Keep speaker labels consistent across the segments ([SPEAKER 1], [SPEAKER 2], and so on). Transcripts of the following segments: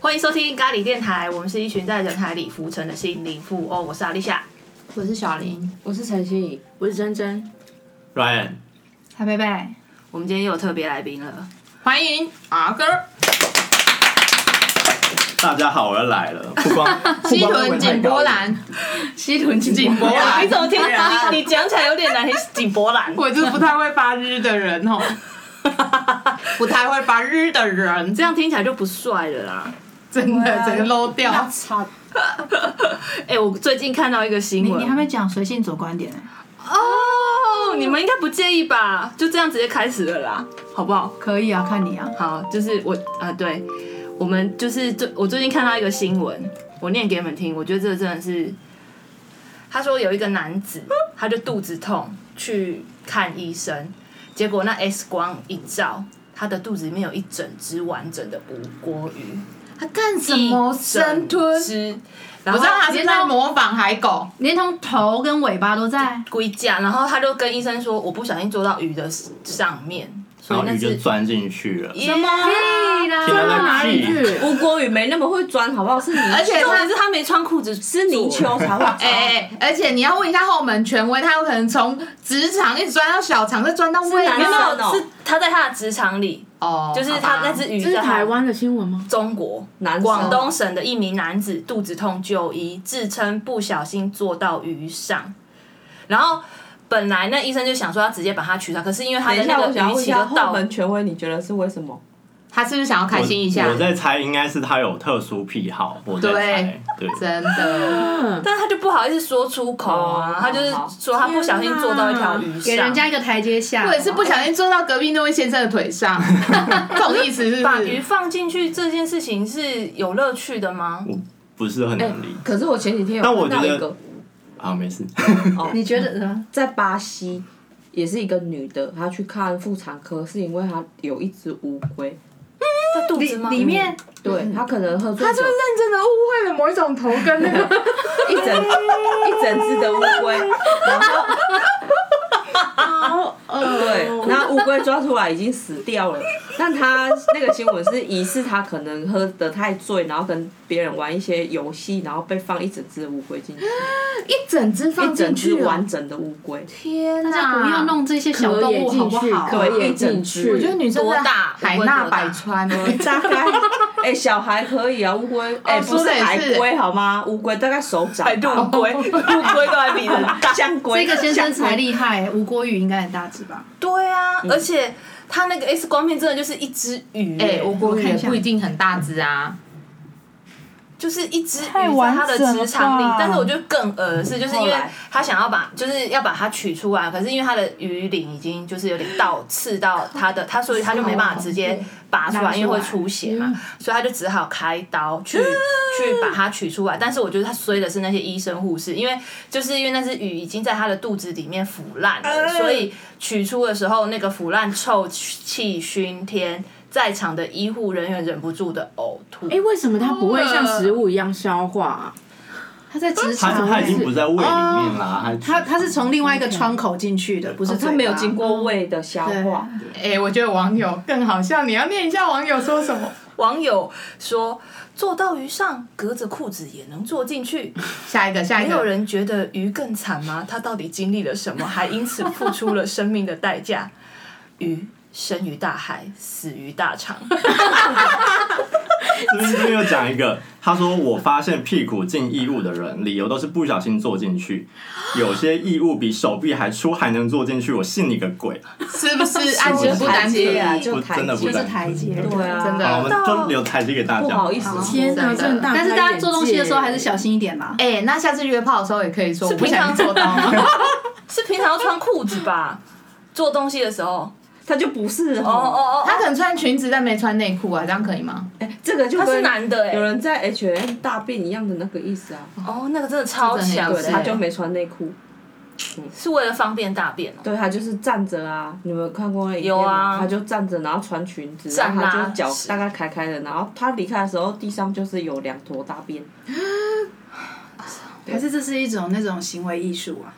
[SPEAKER 1] 欢迎收听咖喱电台，我们是一群在人海里浮沉的心灵富翁。我是阿丽夏，
[SPEAKER 2] 我是小林，
[SPEAKER 3] 我是陈心怡，
[SPEAKER 2] 我是珍珍，
[SPEAKER 4] Ryan，
[SPEAKER 5] 海贝贝，
[SPEAKER 1] 我们今天又有特别来宾了。
[SPEAKER 2] 欢迎阿哥，
[SPEAKER 4] 大家好，我又来了。不光
[SPEAKER 2] 西屯井波兰，
[SPEAKER 3] 西屯景
[SPEAKER 2] 井波 兰，
[SPEAKER 1] 你怎么听？ 你你讲起来有点难听，井柏然。
[SPEAKER 2] 我就是不太会发日的人哦， 不太会发日的人，
[SPEAKER 1] 这样听起来就不帅了啦。
[SPEAKER 2] 真的整个 low 掉。
[SPEAKER 3] 操！
[SPEAKER 1] 哎、我最近看到一个新
[SPEAKER 5] 你
[SPEAKER 1] 闻，
[SPEAKER 5] 你还没讲随性左观点呢、
[SPEAKER 1] 哦，你们应该不介意吧？就这样直接开始了啦，好不好？
[SPEAKER 5] 可以啊，看你啊，
[SPEAKER 1] 好，就是我啊、对，我们就是最我最近看到一个新闻，我念给你们听，我觉得这真的是，他说有一个男子，他就肚子痛去看医生，结果那 X 光一照，他的肚子里面有一整只完整的无锅鱼，
[SPEAKER 3] 他干什
[SPEAKER 1] 一
[SPEAKER 3] 么
[SPEAKER 1] 整
[SPEAKER 3] 生吞？
[SPEAKER 1] 只，然后
[SPEAKER 2] 我知道他是
[SPEAKER 1] 直接
[SPEAKER 2] 在模仿海狗，
[SPEAKER 5] 连同头跟尾巴都在。
[SPEAKER 3] 哎
[SPEAKER 1] 龟架，然后他就跟医生说，我不小心坐到鱼的上面，所
[SPEAKER 4] 然
[SPEAKER 1] 以
[SPEAKER 4] 后
[SPEAKER 1] 那
[SPEAKER 4] 鱼就是钻进去了，
[SPEAKER 1] 哦什么？
[SPEAKER 5] 屁啦
[SPEAKER 4] 天
[SPEAKER 5] 到
[SPEAKER 4] 哪
[SPEAKER 5] 哪里
[SPEAKER 4] 那
[SPEAKER 5] 哎去？
[SPEAKER 3] 吴国宇没那么会钻，好不好？是泥，而
[SPEAKER 2] 且
[SPEAKER 1] 重点是他没穿裤子，
[SPEAKER 3] 是泥鳅才会钻。
[SPEAKER 2] 哎、哎而且你要问一下后门权威，他有可能从直肠一直钻到小肠，再钻到胃
[SPEAKER 3] 是
[SPEAKER 1] 没
[SPEAKER 3] 男
[SPEAKER 1] 有
[SPEAKER 3] 生哦
[SPEAKER 1] 没
[SPEAKER 2] 吗。
[SPEAKER 1] 有，是他在他的职场里，
[SPEAKER 2] 哦，
[SPEAKER 1] 就是
[SPEAKER 2] 好
[SPEAKER 1] 他
[SPEAKER 2] 吧
[SPEAKER 1] 那只鱼
[SPEAKER 3] 这是
[SPEAKER 1] 在他
[SPEAKER 3] 台湾的新闻吗？
[SPEAKER 1] 中国
[SPEAKER 3] 男生
[SPEAKER 1] 广东省的一名男子肚子痛就医，自称不小心坐到鱼上，然后本来那医生就想说要直接把它取掉，可是因为他
[SPEAKER 3] 等
[SPEAKER 1] 的
[SPEAKER 3] 一下，
[SPEAKER 1] 那
[SPEAKER 3] 我
[SPEAKER 1] 个
[SPEAKER 3] 想要
[SPEAKER 1] 鱼
[SPEAKER 3] 问一
[SPEAKER 1] 鳍
[SPEAKER 3] 下
[SPEAKER 1] 都
[SPEAKER 3] 后
[SPEAKER 1] 到，
[SPEAKER 3] 门权威，你觉得是为什么？
[SPEAKER 2] 他是不是想要开心一下
[SPEAKER 4] 我？我在猜，应该是他有特殊癖好。我在猜，对，
[SPEAKER 2] 真的，
[SPEAKER 1] 但他就不好意思说出口啊
[SPEAKER 3] 哦，
[SPEAKER 1] 他就是说他不小心坐到一条鱼上，
[SPEAKER 5] 给人家一个台阶下，
[SPEAKER 2] 或者是不小心坐到隔壁那位先生的腿上，这种意思是不
[SPEAKER 1] 把鱼
[SPEAKER 2] 是？
[SPEAKER 1] 放进去这件事情是有乐趣的吗？
[SPEAKER 4] 我不是很能理解。
[SPEAKER 3] 哎可是我前几天有
[SPEAKER 4] 但我
[SPEAKER 3] 看到
[SPEAKER 4] 觉得
[SPEAKER 3] 一个
[SPEAKER 4] 啊，没事。
[SPEAKER 3] 哦
[SPEAKER 5] 你觉得呢？
[SPEAKER 3] 在巴西，也是一个女的，她去看妇产科，是因为她有一只乌龟，
[SPEAKER 1] 在肚
[SPEAKER 5] 里
[SPEAKER 1] 子吗？
[SPEAKER 5] 里面
[SPEAKER 3] 对她可能喝醉
[SPEAKER 2] 他是
[SPEAKER 3] 酒
[SPEAKER 2] 不是，认真的误会了某一种头跟那个？
[SPEAKER 3] 一整嗯一整只的乌龟，然后。呃对，然后乌龟抓出来已经死掉了，但他那个新闻是疑似他可能喝得太醉，然后跟别人玩一些游戏，然后被放一整只乌龟进去，
[SPEAKER 2] 一整只
[SPEAKER 3] 一
[SPEAKER 2] 放
[SPEAKER 3] 整
[SPEAKER 2] 进
[SPEAKER 3] 只
[SPEAKER 2] 去哦，
[SPEAKER 3] 完整的乌龟，
[SPEAKER 2] 天
[SPEAKER 5] 大家
[SPEAKER 2] 哪！
[SPEAKER 5] 不要弄这些小动物好不好？
[SPEAKER 3] 嗯可以
[SPEAKER 5] 对
[SPEAKER 3] 进去
[SPEAKER 2] 我觉得女生
[SPEAKER 1] 多
[SPEAKER 2] 在
[SPEAKER 1] 大
[SPEAKER 2] 海
[SPEAKER 1] 乌龟
[SPEAKER 2] 纳
[SPEAKER 1] 多大
[SPEAKER 2] 百川哦。
[SPEAKER 3] 大概哎、小孩可以啊，乌龟哎不
[SPEAKER 2] 说
[SPEAKER 3] 是
[SPEAKER 2] 得也是
[SPEAKER 3] 海龟好吗？乌龟大概手掌吧，
[SPEAKER 1] 龟，陆龟都还比人大。
[SPEAKER 3] 象龟，
[SPEAKER 5] 这个先生
[SPEAKER 3] 象龟
[SPEAKER 5] 才厉害，吴国宇应该很大只吧？
[SPEAKER 1] 对啊，
[SPEAKER 2] 嗯
[SPEAKER 1] 而且他那个 X 光片真的就是一只鱼、
[SPEAKER 2] 哎、我国语
[SPEAKER 5] 我看
[SPEAKER 2] 也
[SPEAKER 5] 一下
[SPEAKER 2] 不一定很大只啊。
[SPEAKER 1] 就是一只鱼在
[SPEAKER 5] 太完
[SPEAKER 1] 他的
[SPEAKER 5] 整
[SPEAKER 1] 职
[SPEAKER 5] 了
[SPEAKER 1] 场里
[SPEAKER 5] 吧，
[SPEAKER 1] 但是我觉得更恶的是，就是因
[SPEAKER 3] 后
[SPEAKER 1] 为
[SPEAKER 3] 来
[SPEAKER 1] 他想要把，就是要把它取出来，可是因为他的鱼鳞已经就是有点倒刺到他的，他所以他就没办法直接拔出
[SPEAKER 5] 哦拿
[SPEAKER 1] 来，
[SPEAKER 5] 出
[SPEAKER 1] 因为会
[SPEAKER 5] 来嗯
[SPEAKER 1] 出血嘛，所以他就只好开刀 去去把它取出来。但是我觉得他衰的是那些医生护士，因为就是因为那只鱼已经在他的肚子里面腐烂
[SPEAKER 5] 呃
[SPEAKER 1] 了，所以取出的时候那个腐烂臭气熏天。在场的医护人员忍不住的呕吐，
[SPEAKER 6] 哎、为什么它不会像食物一样消化、啊？
[SPEAKER 5] 他在职
[SPEAKER 4] 他是
[SPEAKER 5] 场，
[SPEAKER 4] 他已经不在胃里面
[SPEAKER 3] 哦
[SPEAKER 4] 啦，
[SPEAKER 5] 他他是从另外一个窗口进去的，不是
[SPEAKER 3] 他没有经
[SPEAKER 5] 过。
[SPEAKER 2] 嗯
[SPEAKER 3] 过胃的消化，
[SPEAKER 2] 哎、我觉得网友更好笑，你要念一下网友说什么。
[SPEAKER 1] 网友说，坐到鱼上，隔着裤子也能坐进 去。
[SPEAKER 2] 下一个，下一
[SPEAKER 1] 没有
[SPEAKER 2] 个，
[SPEAKER 1] 人觉得鱼更惨吗？他到底经历了什么，还因此付出了生命的代价？鱼生于大海，死于大 肠。
[SPEAKER 4] 这边这边又讲一个，他说我发现屁股进异物的人，理由都是不小心坐进 去，有些异物比手臂还粗还能坐进去，我信你个鬼！
[SPEAKER 2] 是 不是爱情不
[SPEAKER 3] 台
[SPEAKER 2] 单
[SPEAKER 3] 阶啊，
[SPEAKER 2] 纯？
[SPEAKER 3] 就
[SPEAKER 4] 不真的不
[SPEAKER 5] 就
[SPEAKER 3] 阶
[SPEAKER 5] 是台阶
[SPEAKER 3] 对啊，
[SPEAKER 2] 真的
[SPEAKER 4] 好，我们就留台阶给大家。
[SPEAKER 3] 不好意思，
[SPEAKER 6] 天哪，
[SPEAKER 2] 真的
[SPEAKER 6] 真的大
[SPEAKER 5] 但
[SPEAKER 6] 开眼界！
[SPEAKER 5] 是大家做东西的时候还是小心一点啦。
[SPEAKER 2] 哎、那下次约炮的时候也可以说，我不想做到吗？
[SPEAKER 1] 是平常要穿裤子吧？做东西的时候，
[SPEAKER 3] 他就不是
[SPEAKER 1] 哦哦哦，
[SPEAKER 2] 他可能穿裙子但没穿内裤啊，这样可以吗？
[SPEAKER 3] 哎这个就
[SPEAKER 1] 他
[SPEAKER 3] 跟
[SPEAKER 1] 是男的哎、
[SPEAKER 3] 有人在 H N 大便一样的那个意思啊，
[SPEAKER 1] 哦，那个真的超强欸
[SPEAKER 3] 对，
[SPEAKER 2] 是
[SPEAKER 3] 他
[SPEAKER 1] 的，
[SPEAKER 3] 就没穿内裤，
[SPEAKER 1] 是为了方便大便哦。
[SPEAKER 3] 对他就是站着啊，你们有看过那影片
[SPEAKER 1] 有
[SPEAKER 3] 吗
[SPEAKER 1] 啊
[SPEAKER 3] 他就站着，然后穿裙子，
[SPEAKER 1] 站啊
[SPEAKER 3] 然后
[SPEAKER 1] 拉
[SPEAKER 3] 他就脚
[SPEAKER 1] 屎
[SPEAKER 3] 大概开开的，然后他离开的时候地上就是有两坨大
[SPEAKER 1] 哦
[SPEAKER 3] 便，
[SPEAKER 5] 还是这是一种那种行为艺术啊？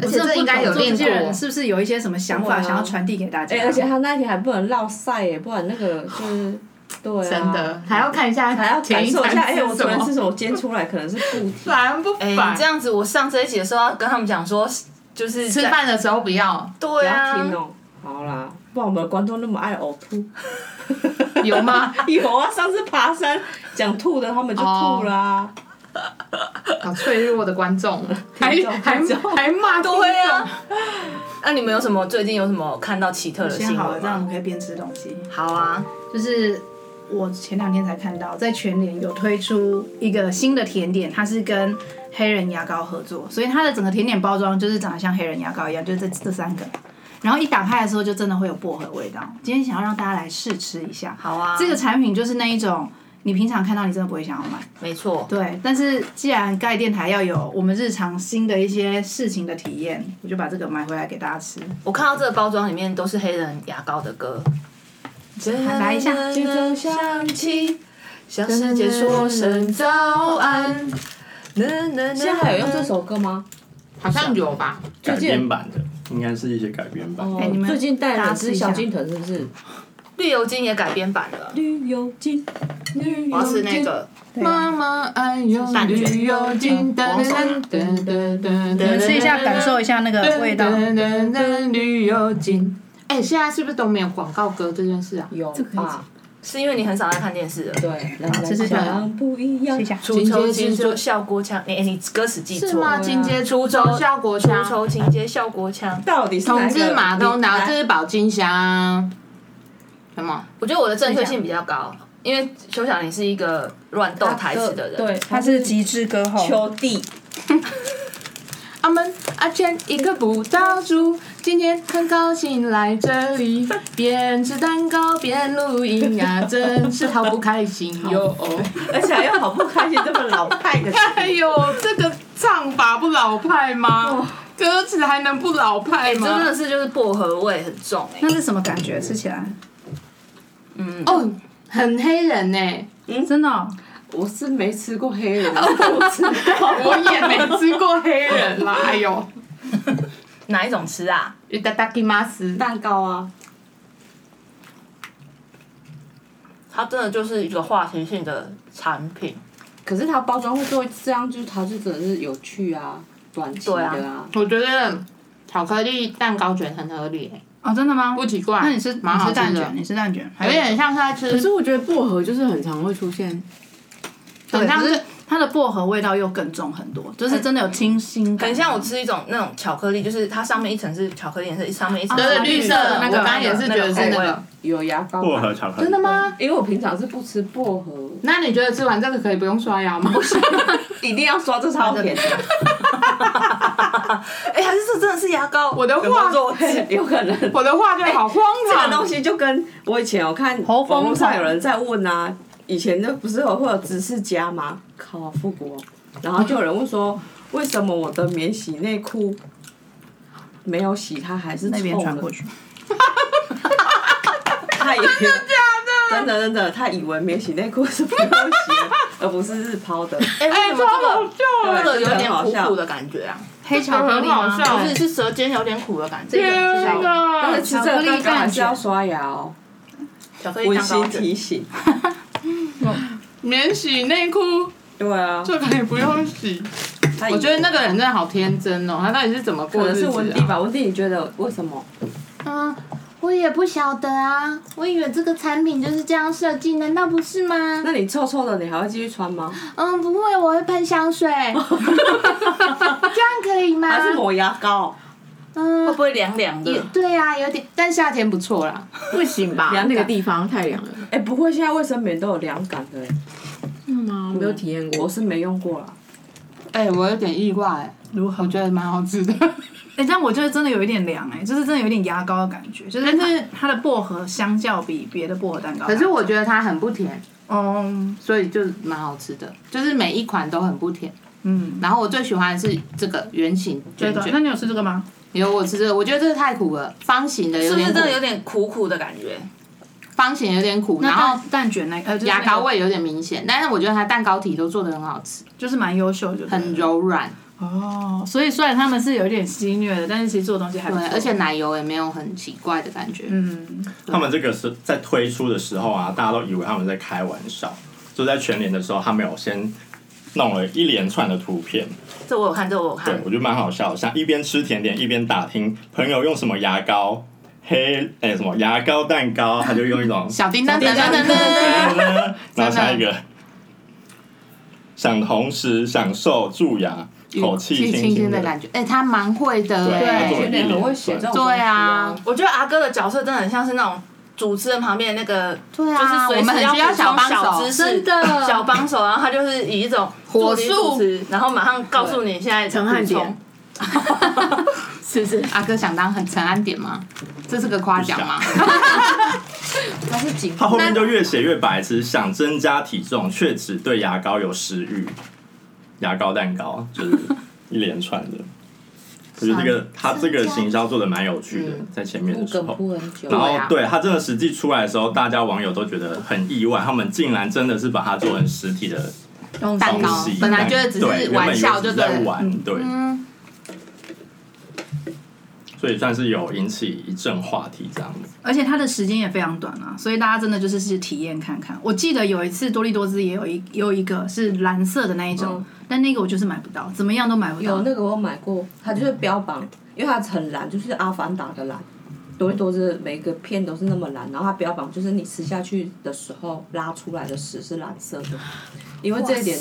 [SPEAKER 2] 而且这应该有练
[SPEAKER 5] 这些人
[SPEAKER 2] 过。
[SPEAKER 5] 是不是有一些什么想
[SPEAKER 3] 对
[SPEAKER 5] 法
[SPEAKER 3] 啊
[SPEAKER 5] 想要传递给大家？
[SPEAKER 3] 哎、而且他那天还不能落晒耶，不然那个就是对啊，
[SPEAKER 2] 真的还要看一下，
[SPEAKER 3] 还要感受一下，哎、
[SPEAKER 2] 哎，
[SPEAKER 3] 我昨天吃什么？我今天出来可能是固体。
[SPEAKER 2] 烦不
[SPEAKER 1] 哎、
[SPEAKER 2] 烦？
[SPEAKER 1] 这样子，我上这一集的时候要跟他们讲说，就是
[SPEAKER 2] 吃
[SPEAKER 1] 在，
[SPEAKER 2] 饭的时候不要
[SPEAKER 1] 对
[SPEAKER 3] 要
[SPEAKER 1] 啊，
[SPEAKER 3] 听哦、好啦，不然我们的观众那么爱呕吐，
[SPEAKER 2] 有吗？
[SPEAKER 3] 有啊，上次爬山讲吐的，他们就吐啦、
[SPEAKER 2] 好脆弱的观众，还
[SPEAKER 3] 听众
[SPEAKER 2] 还
[SPEAKER 3] 听众
[SPEAKER 2] 还骂
[SPEAKER 1] 对
[SPEAKER 2] 呀
[SPEAKER 1] 啊。 那、你们有什么最近有什么看到奇特的
[SPEAKER 5] 先
[SPEAKER 1] 新
[SPEAKER 5] 好了，
[SPEAKER 1] 闻
[SPEAKER 5] 这样我
[SPEAKER 1] 吗？
[SPEAKER 5] 们可以边吃东西。
[SPEAKER 1] 好啊，
[SPEAKER 5] 就是我前两天才看到，在全联有推出一个新的甜点，它是跟黑人牙膏合作，所以它的整个甜点包装就是长得像黑人牙膏一样，就是这这三个。然后一打开的时候，就真的会有薄荷味道。今天想要让大家来试吃一下，
[SPEAKER 1] 好啊，
[SPEAKER 5] 这个产品就是那一种你平常看到你真的不会想要买。
[SPEAKER 1] 没错，
[SPEAKER 5] 对，但是既然盖电台要有我们日常新的一些事情的体验，我就把这个买回来给大家吃。
[SPEAKER 1] 我看到这个包装里面都是黑人牙膏的歌，
[SPEAKER 5] 来一下
[SPEAKER 1] 就走响起，向世界说声早安。现
[SPEAKER 3] 现
[SPEAKER 1] 在
[SPEAKER 3] 在还有用这首歌吗？
[SPEAKER 2] 好像有吧？
[SPEAKER 4] 改
[SPEAKER 3] 近
[SPEAKER 4] 编版的，应该是一些改编版。
[SPEAKER 3] 哦
[SPEAKER 5] 哎你，们
[SPEAKER 3] 最近带
[SPEAKER 5] 大
[SPEAKER 3] 了
[SPEAKER 5] 家
[SPEAKER 3] 只
[SPEAKER 5] 试一下
[SPEAKER 3] 小金豚，是不是？
[SPEAKER 1] 绿油精也改编版了，
[SPEAKER 3] 绿油精，绿
[SPEAKER 1] 我要
[SPEAKER 3] 油
[SPEAKER 1] 吃那
[SPEAKER 3] 精。
[SPEAKER 1] 个
[SPEAKER 2] 妈
[SPEAKER 5] 嗯
[SPEAKER 2] 妈爱用
[SPEAKER 1] 蛋卷
[SPEAKER 2] 旅游精，
[SPEAKER 1] 黄色
[SPEAKER 2] 噔噔噔噔
[SPEAKER 5] 你们试一下，感受一下那个味道。
[SPEAKER 2] 噔噔噔旅游精。哎，现在是不是都没有广告歌这件事啊？
[SPEAKER 3] 有吧？
[SPEAKER 1] 是因为你很少在看电视了。
[SPEAKER 3] 对，来来
[SPEAKER 5] 这是什
[SPEAKER 3] 想不一样
[SPEAKER 5] 试一。下，
[SPEAKER 1] 楚
[SPEAKER 2] 今
[SPEAKER 1] 囚
[SPEAKER 2] 天
[SPEAKER 1] 情
[SPEAKER 2] 听
[SPEAKER 1] 就
[SPEAKER 2] 说
[SPEAKER 1] 效果强，哎、哎你歌词记
[SPEAKER 2] 是
[SPEAKER 1] 错
[SPEAKER 2] 吗？
[SPEAKER 1] 了。
[SPEAKER 2] 金街出
[SPEAKER 1] 州
[SPEAKER 2] 走效果
[SPEAKER 1] 楚
[SPEAKER 2] 强，
[SPEAKER 1] 囚情节效果强，
[SPEAKER 3] 到底是哪
[SPEAKER 2] 统
[SPEAKER 3] 一个
[SPEAKER 2] 治马东，
[SPEAKER 3] 你
[SPEAKER 2] 脑
[SPEAKER 3] 来
[SPEAKER 2] 治宝金香。什么？
[SPEAKER 1] 我觉得我的正确性比较高，因为邱小玲是一个乱动台词的人。
[SPEAKER 3] 对，
[SPEAKER 5] 它是极致歌后。
[SPEAKER 3] 秋地，
[SPEAKER 2] 阿门阿全一个不到猪，今天很高兴来这里，边吃蛋糕边录音啊，真是好不开心哟！
[SPEAKER 3] 而且还有好不开心，这么老派的词。
[SPEAKER 2] 哎呦，这个唱法不老派
[SPEAKER 5] 哦
[SPEAKER 2] 吗？歌词还能不老派
[SPEAKER 1] 哎
[SPEAKER 2] 吗？
[SPEAKER 1] 真的是就是薄荷味很重哎、
[SPEAKER 5] 那是什么感觉？吃起来，
[SPEAKER 1] 嗯，
[SPEAKER 2] 哦，很黑人呢、嗯
[SPEAKER 5] 真的哦、
[SPEAKER 3] 我是没吃过黑人，我知道。
[SPEAKER 2] 我也没吃过黑 人啦，哎呦，
[SPEAKER 1] 哪一种吃啊？
[SPEAKER 2] いただきます。
[SPEAKER 3] 蛋糕啊，
[SPEAKER 1] 它真的就是一个话题性的产品。
[SPEAKER 3] 可是它包装会做这样，就是它就真的是有趣啊，短期的
[SPEAKER 1] 对
[SPEAKER 3] 啊。
[SPEAKER 2] 我觉得巧克力蛋糕卷很合理、
[SPEAKER 5] 哦，真的吗？
[SPEAKER 2] 不奇怪。
[SPEAKER 5] 那你是
[SPEAKER 2] 蛮
[SPEAKER 5] 你
[SPEAKER 2] 好
[SPEAKER 5] 是
[SPEAKER 2] 吃的
[SPEAKER 5] 蛋卷，你是蛋卷，
[SPEAKER 2] 有点像是在
[SPEAKER 6] 可是
[SPEAKER 2] 吃，
[SPEAKER 6] 我觉得薄荷就是很常会出现，
[SPEAKER 2] 很
[SPEAKER 5] 对，
[SPEAKER 2] 像
[SPEAKER 5] 可
[SPEAKER 2] 是
[SPEAKER 5] 是它的薄荷味道又更重很多，就是真的有清新感。
[SPEAKER 1] 很像我吃一种那种巧克力，就是它上面一层是巧克力颜色，上面一层
[SPEAKER 2] 啊对
[SPEAKER 1] 是
[SPEAKER 2] 对，绿色的那个，我刚刚也是觉得是那
[SPEAKER 1] 口味
[SPEAKER 2] 个。
[SPEAKER 3] 有牙膏
[SPEAKER 4] 薄荷
[SPEAKER 3] 吗，
[SPEAKER 4] 巧克力，
[SPEAKER 2] 真的吗？
[SPEAKER 3] 因为我平常是不吃薄荷，
[SPEAKER 2] 那你觉得吃完这个可以不用刷牙吗？
[SPEAKER 3] 一定要刷这超甜 的，
[SPEAKER 1] 哎、还是这真的是牙膏？
[SPEAKER 2] 我的
[SPEAKER 1] 有没有
[SPEAKER 2] 话
[SPEAKER 1] 做
[SPEAKER 3] 有可 能。
[SPEAKER 2] 我的话就好荒
[SPEAKER 3] 这个东
[SPEAKER 2] 唐。
[SPEAKER 3] 西就跟我以前有看
[SPEAKER 5] 侯丰
[SPEAKER 3] 网络上有人在问啊，以前那不是有会有知识家吗？靠，复古哦。然后就有人问说，为什么我的免洗内裤没有洗，它还是
[SPEAKER 5] 那边
[SPEAKER 3] 臭
[SPEAKER 5] 穿
[SPEAKER 3] 的
[SPEAKER 5] 过去，
[SPEAKER 3] 他以为真的假的？真的真的，他以为免洗内裤是不用洗的，而不是日抛的。
[SPEAKER 1] 哎、为什么这个
[SPEAKER 2] 笑
[SPEAKER 1] 这个有点苦
[SPEAKER 3] 真的很好
[SPEAKER 1] 苦
[SPEAKER 3] 笑
[SPEAKER 1] 的感觉啊？
[SPEAKER 5] 黑巧克力吗
[SPEAKER 2] 这个很好？笑
[SPEAKER 1] 不是，是舌尖有点苦的感觉。这个是
[SPEAKER 2] 天
[SPEAKER 1] 小
[SPEAKER 2] 啊
[SPEAKER 3] 但是
[SPEAKER 2] 哪！
[SPEAKER 3] 吃这个蛋糕还是要刷牙哦。
[SPEAKER 1] 巧克力
[SPEAKER 3] 温
[SPEAKER 1] 蛋糕
[SPEAKER 3] 馨
[SPEAKER 1] 卷
[SPEAKER 3] 提，醒。
[SPEAKER 2] 免洗内裤
[SPEAKER 3] 对啊，
[SPEAKER 2] 就可以不用洗。
[SPEAKER 3] 他以为
[SPEAKER 2] 我觉得那个人真的好天真哦，他到底是怎么
[SPEAKER 3] 可
[SPEAKER 2] 过
[SPEAKER 3] 能
[SPEAKER 2] 日
[SPEAKER 3] 是啊温蒂
[SPEAKER 2] 子
[SPEAKER 3] 吧，温蒂你觉得为什么？
[SPEAKER 2] 啊？嗯，我也不晓得啊，我以为这个产品就是这样设计，难道不是吗？
[SPEAKER 3] 那你臭臭的，你还会继续穿吗？
[SPEAKER 2] 嗯，不会，我会喷香水，哦这样可以吗
[SPEAKER 3] 还是抹牙膏？
[SPEAKER 1] 会
[SPEAKER 2] 嗯
[SPEAKER 1] 不，会凉凉的？
[SPEAKER 2] 对啊，有点，但夏天不错啦。
[SPEAKER 6] 不行吧？
[SPEAKER 3] 凉感
[SPEAKER 6] 那个地方太凉了，
[SPEAKER 3] 哎，不会，现在卫生棉都有凉感的，欸
[SPEAKER 6] 是吗？
[SPEAKER 5] 嗯
[SPEAKER 6] 没有体验
[SPEAKER 3] 我
[SPEAKER 6] 过。
[SPEAKER 3] 是没用过啦。
[SPEAKER 2] 哎、我有点意外、
[SPEAKER 5] 如何
[SPEAKER 2] 我？觉得蛮好吃的。
[SPEAKER 5] 哎、但我觉得真的有一点凉，哎，就是真的有点牙膏的感觉，就是但是它的薄荷相较比别的薄荷蛋糕，
[SPEAKER 2] 可是我觉得它很不甜，
[SPEAKER 5] 哦，
[SPEAKER 2] 所以就蛮好吃的，就是每一款都很不甜。
[SPEAKER 5] 嗯，
[SPEAKER 2] 然后我最喜欢的是这个圆形
[SPEAKER 5] 这
[SPEAKER 2] 卷
[SPEAKER 5] 个，那
[SPEAKER 2] 卷，
[SPEAKER 5] 你有吃这个吗？
[SPEAKER 2] 有我吃这个，我觉得这个太苦了，方形的
[SPEAKER 1] 是
[SPEAKER 2] 有
[SPEAKER 1] 不是
[SPEAKER 2] 点
[SPEAKER 1] 真
[SPEAKER 2] 苦，
[SPEAKER 1] 的有点苦苦的感觉？
[SPEAKER 2] 方形有点苦，
[SPEAKER 5] 那
[SPEAKER 2] 然后
[SPEAKER 5] 蛋蛋卷那个，呃，就是那
[SPEAKER 2] 牙
[SPEAKER 5] 个
[SPEAKER 2] 膏味有点明显，但是我觉得它蛋糕体都做的很好吃，
[SPEAKER 5] 就是蛮优秀，就对了
[SPEAKER 2] 很柔软，
[SPEAKER 5] 哦，所以虽然他们是有一点戏虐的，但是其实做的东西还不
[SPEAKER 2] 对
[SPEAKER 5] 错，，
[SPEAKER 2] 而且奶油也没有很奇怪的感觉。
[SPEAKER 5] 嗯，
[SPEAKER 4] 他们这个是在推出的时候啊，大家都以为他们在开玩笑，就在全联的时候，他们有先弄了一连串的图片，
[SPEAKER 1] 这我有看，这我有
[SPEAKER 2] 啊
[SPEAKER 4] 对
[SPEAKER 1] 看
[SPEAKER 4] 我。觉得蛮好笑的，像一边吃甜点一边打听朋友用什么牙膏，黑哎、什么牙膏蛋糕，他就用一 种
[SPEAKER 2] 小叮当，噔噔噔噔，
[SPEAKER 4] 然后下一个，想同时享受蛀牙，口气
[SPEAKER 2] 清
[SPEAKER 4] 清
[SPEAKER 2] 新
[SPEAKER 4] 的
[SPEAKER 2] 的
[SPEAKER 4] 感
[SPEAKER 2] 感觉。哎，他蛮会的，
[SPEAKER 4] 对他做了
[SPEAKER 2] 哎
[SPEAKER 4] 一连
[SPEAKER 3] 很会
[SPEAKER 4] 串
[SPEAKER 3] 写这种
[SPEAKER 2] 对啊，
[SPEAKER 1] 我觉得阿哥的角色真的很像是那种主持人旁边的那个，
[SPEAKER 2] 对
[SPEAKER 1] 就是
[SPEAKER 2] 啊，我
[SPEAKER 1] 随
[SPEAKER 2] 们
[SPEAKER 1] 时
[SPEAKER 2] 很需要
[SPEAKER 1] 补充
[SPEAKER 2] 小帮
[SPEAKER 1] 小
[SPEAKER 2] 手
[SPEAKER 1] 知，识
[SPEAKER 6] 的
[SPEAKER 1] 小帮手，然后他就是以一种
[SPEAKER 2] 火
[SPEAKER 1] 助理
[SPEAKER 2] 速
[SPEAKER 1] 主持，然后马上告诉你现在
[SPEAKER 6] 陈汉典
[SPEAKER 1] 补充是不是？
[SPEAKER 2] 阿哥想当很陈安点吗？这是个夸奖吗？他是紧
[SPEAKER 4] 他后面就越写越白痴，想增加体重，却只对牙膏有食欲。牙膏蛋糕就是一连串的，我觉得这 个他这个行销做的蛮有趣
[SPEAKER 2] 嗯
[SPEAKER 4] 的，在前面的时候。
[SPEAKER 3] 很久
[SPEAKER 4] 然后
[SPEAKER 2] 对啊
[SPEAKER 4] 对他真的实际出来的时候，大家网友都觉得很意外，他们竟然真的是把它做成实体的
[SPEAKER 5] 用
[SPEAKER 2] 蛋
[SPEAKER 4] 东
[SPEAKER 2] 糕
[SPEAKER 4] 西，
[SPEAKER 2] 本来觉得只是
[SPEAKER 4] 对原本
[SPEAKER 2] 玩笑
[SPEAKER 4] 以为只是
[SPEAKER 2] 就对
[SPEAKER 4] 在
[SPEAKER 2] 了
[SPEAKER 4] 玩，对，
[SPEAKER 2] 嗯，
[SPEAKER 4] 所以算是有引起一阵话题这样子。
[SPEAKER 5] 而且它的时间也非常短啊，所以大家真的就是去体验看看。我记得有一次多利多姿也有一也有一个是蓝色的那一
[SPEAKER 2] 嗯
[SPEAKER 5] 种，但那个我就是买不到，怎么样都买不
[SPEAKER 3] 有
[SPEAKER 5] 到。
[SPEAKER 3] 那个我买过，它就是标榜，因为它很蓝，就是阿凡达的蓝，多利多是每个片都是那么蓝，然后它标榜就是你吃下去的时候拉出来的屎是蓝色的，因为 这一点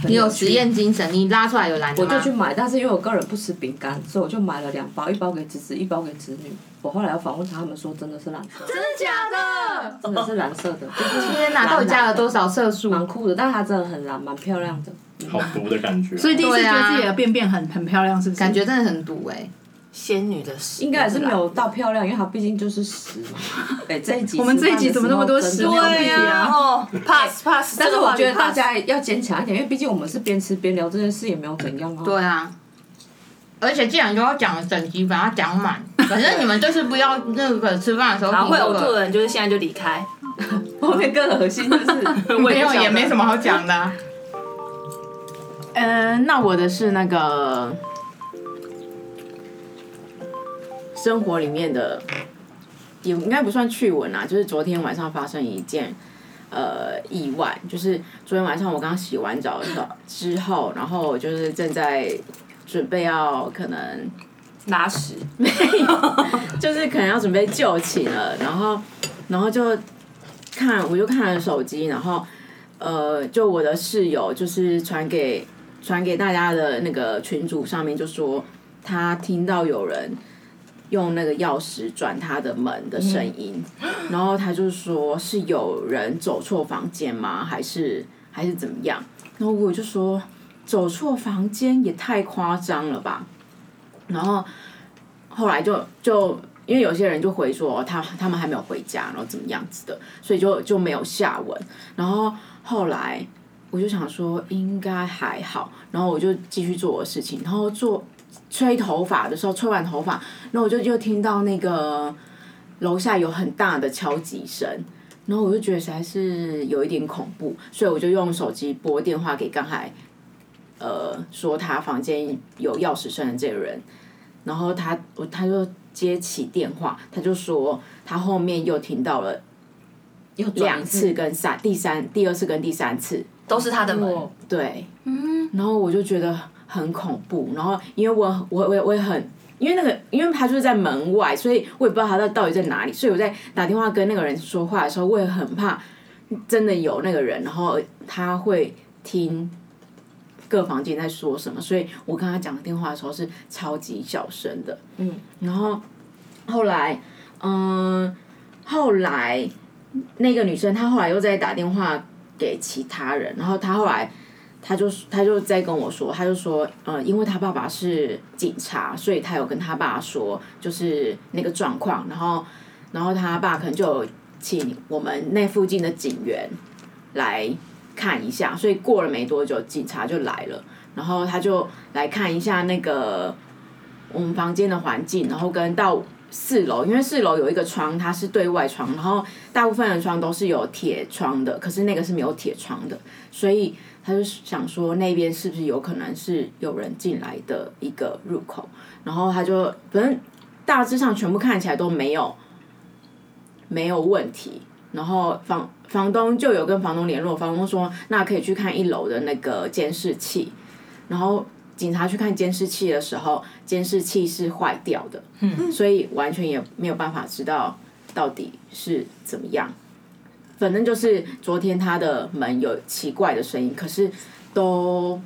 [SPEAKER 3] 很
[SPEAKER 2] 你有
[SPEAKER 3] 趣
[SPEAKER 2] 实。验精神，你拉出来有蓝的
[SPEAKER 3] 我
[SPEAKER 2] 吗
[SPEAKER 3] 就去买，但是因为我个人不吃饼干，所以我就买了两包，一包给侄子，一包给侄女。我后来有访问他们说，真的是蓝色，
[SPEAKER 2] 真的假的？
[SPEAKER 3] 真的是蓝色的，就是
[SPEAKER 2] 天哪，到底加了多少色素？
[SPEAKER 3] 蛮酷的，但它真的很蓝，蛮漂亮的。
[SPEAKER 4] 好毒的感觉哦。
[SPEAKER 5] 所以第一次
[SPEAKER 2] 对
[SPEAKER 5] 觉
[SPEAKER 2] 啊
[SPEAKER 5] 得自己的便便很很漂亮，是不是？
[SPEAKER 2] 感觉真的很毒哎、
[SPEAKER 1] 仙女的事
[SPEAKER 3] 应该也是没有到漂亮，因为它毕竟就是屎嘛。哎、这 一集
[SPEAKER 5] 我们这一集怎么那么多
[SPEAKER 3] 屎
[SPEAKER 5] 屎尿
[SPEAKER 1] 对
[SPEAKER 5] 对
[SPEAKER 1] 呀、
[SPEAKER 5] 啊
[SPEAKER 1] 哦，pass pass，
[SPEAKER 3] 但是我觉得大
[SPEAKER 1] pass
[SPEAKER 3] 家要坚强一点，因为毕竟我们是边吃边聊这件事，也没有怎样啊。
[SPEAKER 2] 对啊，而且既然都要讲整集，把它讲满，反正你们就是不要那个吃饭的时候
[SPEAKER 1] 然后会
[SPEAKER 2] 听
[SPEAKER 1] 呕
[SPEAKER 2] 这
[SPEAKER 1] 吐
[SPEAKER 2] 个
[SPEAKER 1] 的人就是现在就离开，
[SPEAKER 3] 后面更恶心就是，
[SPEAKER 2] 没有也没什么好讲的啊、
[SPEAKER 6] 呃，那我的是那个生活里面的，也应该不算趣闻啊，就是昨天晚上发生一件呃意外，就是昨天晚上我刚洗完澡的时候之后，然后我就是正在准备要可能
[SPEAKER 1] 拉屎，
[SPEAKER 6] 就是可能要准备就寝了，然后然后就看我就看了手机，然后呃，就我的室友就是传给传给大家的那个群组上面就说，他听到有人用那个钥匙转他的门的声音，然后他就说是有人走错房间吗？还是还是怎么样？然后我就说走错房间也太夸张了吧。然后后来就就因为有些人就回说、哦他他们还没有回家，然后怎么样子的，所以就就没有下文。然后后来我就想说应该还好，然后我就继续做我的事情，然后做吹头发的时候吹完头发，然后我就又听到那个楼下有很大的敲击声。然后我就觉得实在是有一点恐怖，所以我就用手机拨电话给刚才，呃，说他房间有钥匙声的这个人，然后他我他就接起电话，他就说他后面又听到了
[SPEAKER 3] 又转
[SPEAKER 6] 两
[SPEAKER 3] 一
[SPEAKER 6] 次，跟三第三第二次跟第三次，
[SPEAKER 1] 都是他的门
[SPEAKER 3] 哦，
[SPEAKER 6] 对，嗯，然后我就觉得很恐怖，然后因为我我我也我也很。因为那个，因为他就是在门外，所以我也不知道他到到底在哪里。所以我在打电话跟那个人说话的时候，我也很怕真的有那个人，然后他会听各房间在说什么。所以我跟他讲电话的时候是超级小声的。
[SPEAKER 3] 嗯，
[SPEAKER 6] 然后后来，嗯，后来那个女生她后来又在打电话给其他人，然后她后来她就她就在跟我说，她就说，呃，因为她爸爸是警察，所以她有跟她爸说就是那个状况，然后然后她爸可能就有请我们那附近的警员来看一下，所以过了没多久，警察就来了。然后他就来看一下那个我们房间的环境，然后跟到四楼，因为四楼有一个窗，它是对外窗，然后大部分的窗都是有铁窗的，可是那个是没有铁窗的，所以他就想说那边是不是有可能是有人进来的一个入口，然后他就反正大致上全部看起来都没有没有问题，然后房房东就有跟房东联络，房东说那可以去看一楼的那个监视器，然后警察去看监视器的时候，监视器是坏掉的，嗯，所以完全也没有办法知道到底是怎么样。反正就是昨天他的门有奇怪的声音，可是都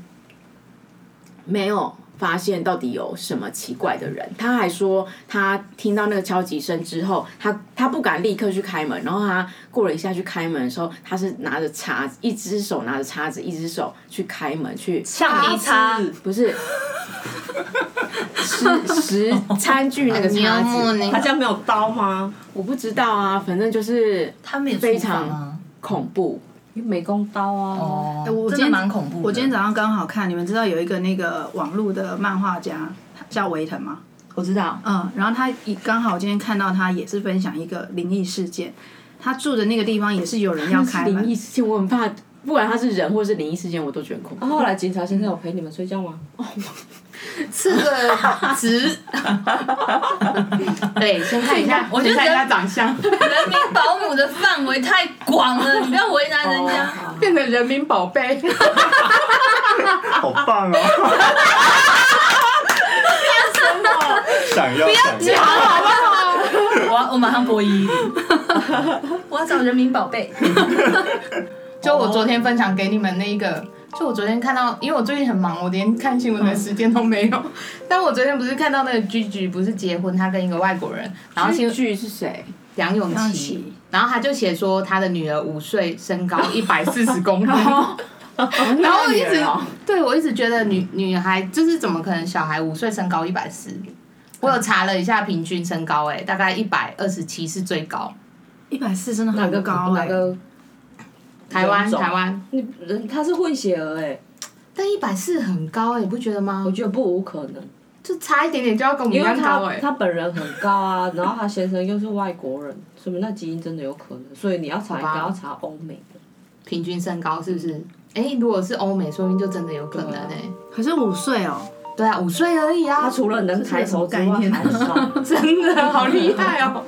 [SPEAKER 6] 没有发现到底有什么奇怪的人。他还说，他听到那个敲击声之后，他他不敢立刻去开门，然后他过了一下去开门的时候，他是拿着叉子，一只手拿着叉子，一只手去开门去
[SPEAKER 1] 像你擦，
[SPEAKER 6] 不是食食餐具那个叉
[SPEAKER 2] 哦
[SPEAKER 6] 子，
[SPEAKER 3] 他家没有刀吗？
[SPEAKER 6] 我不知道啊，反正就是
[SPEAKER 1] 他们也
[SPEAKER 6] 非
[SPEAKER 1] 厨房
[SPEAKER 6] 常
[SPEAKER 1] 啊
[SPEAKER 6] 恐怖。
[SPEAKER 3] 美工刀啊，
[SPEAKER 1] 哦，真
[SPEAKER 5] 我今
[SPEAKER 1] 的
[SPEAKER 5] 天
[SPEAKER 1] 蛮恐怖的。
[SPEAKER 5] 我今天早上刚好看，你们知道有一个那个网络的漫画家叫维腾吗？
[SPEAKER 1] 我知道，
[SPEAKER 5] 嗯，然后他一刚好今天看到他也是分享一个灵异事件，他住的那个地方也是有人要开
[SPEAKER 6] 灵异
[SPEAKER 5] 门，
[SPEAKER 6] 事件，我很怕，不管他是人或是灵异事件，我都觉得很恐怖。
[SPEAKER 3] 啊后来警察先生有陪你们睡觉吗？
[SPEAKER 1] 是个 值
[SPEAKER 6] 对，先看一下，
[SPEAKER 1] 我觉得
[SPEAKER 6] 先看一下长相，
[SPEAKER 1] 人民保姆的范围太广 了，你不要为难人家。
[SPEAKER 6] 哦
[SPEAKER 2] 变成人民宝贝，
[SPEAKER 4] 好棒哦！想要想要
[SPEAKER 1] 我要我马上播一，我要找人民宝贝。
[SPEAKER 2] 就我昨天分享给你们那一个，就我昨天看到，因为我最近很忙，我连看新闻的时间都没 有。但我昨天不是看到那个居居不是结婚，他跟一个外国人，然后新
[SPEAKER 6] 剧是谁？
[SPEAKER 2] 梁咏
[SPEAKER 5] 咏
[SPEAKER 2] 琪
[SPEAKER 5] 琪，
[SPEAKER 2] 然后他就写说他的女儿五岁，身 高一百四十公分。
[SPEAKER 3] 哦
[SPEAKER 2] 然后我一直、对我一直觉得女女孩就是怎么可能小孩五岁身高一百四？我有查了一下平均身高、哎，大概一百二十七是最高。
[SPEAKER 5] 一百四真的
[SPEAKER 3] 哪
[SPEAKER 5] 很
[SPEAKER 3] 个
[SPEAKER 5] 高
[SPEAKER 3] 哪
[SPEAKER 5] 哎、
[SPEAKER 3] 个？
[SPEAKER 2] 台湾
[SPEAKER 3] 人种
[SPEAKER 2] 台湾，
[SPEAKER 3] 你人他是混血儿哎，
[SPEAKER 2] 但一百四很高哎、你不觉得吗
[SPEAKER 3] 我？觉得不无可能，
[SPEAKER 2] 就差一点点就要跟我们一
[SPEAKER 3] 因为
[SPEAKER 2] 样高
[SPEAKER 3] 他
[SPEAKER 5] 欸
[SPEAKER 2] 哎、
[SPEAKER 3] 他本人很高啊，然后他先生又是外国人，说明那基因真的有可能，所以你要查
[SPEAKER 2] 好
[SPEAKER 3] 应
[SPEAKER 2] 吧
[SPEAKER 3] 该要查欧美的。
[SPEAKER 2] 平均身高是不是？
[SPEAKER 3] 嗯
[SPEAKER 2] 哎、如果是欧美，说明就真的有可能哎、
[SPEAKER 5] 可是五岁哦，
[SPEAKER 2] 对啊，五岁而已啊，
[SPEAKER 3] 啊他除了能抬头之
[SPEAKER 5] 这
[SPEAKER 3] 外，
[SPEAKER 5] 是什么概念啊
[SPEAKER 3] 还少。
[SPEAKER 2] 真 的好厉害哦、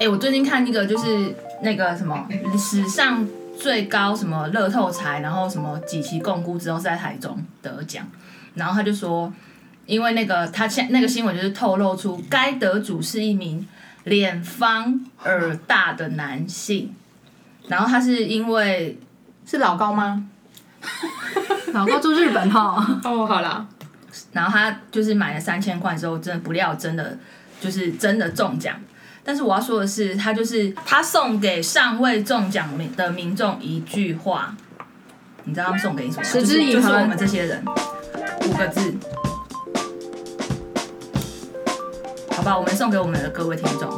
[SPEAKER 1] 哎、我最近看一个就是那个什么史上最高什么乐透彩，然后什么几期共估之后是在台中得奖，然后他就说，因为那个他现那个新闻就是透露出该得主是一名脸方耳大的男性，然后他是因为
[SPEAKER 2] 是老高吗？
[SPEAKER 5] 老高住日本哦，
[SPEAKER 2] 哦，好啦，
[SPEAKER 1] 然后他就是买了三千块之后，真的不料真的就是真的中奖。但是我要说的是，他就是他送给尚未中奖民的民众一句话，你知道他们送给你什么吗？
[SPEAKER 5] 持之以
[SPEAKER 1] 就是
[SPEAKER 5] 恒
[SPEAKER 1] 就是我们这些人五个字。好吧，我们送给我们的各位听众，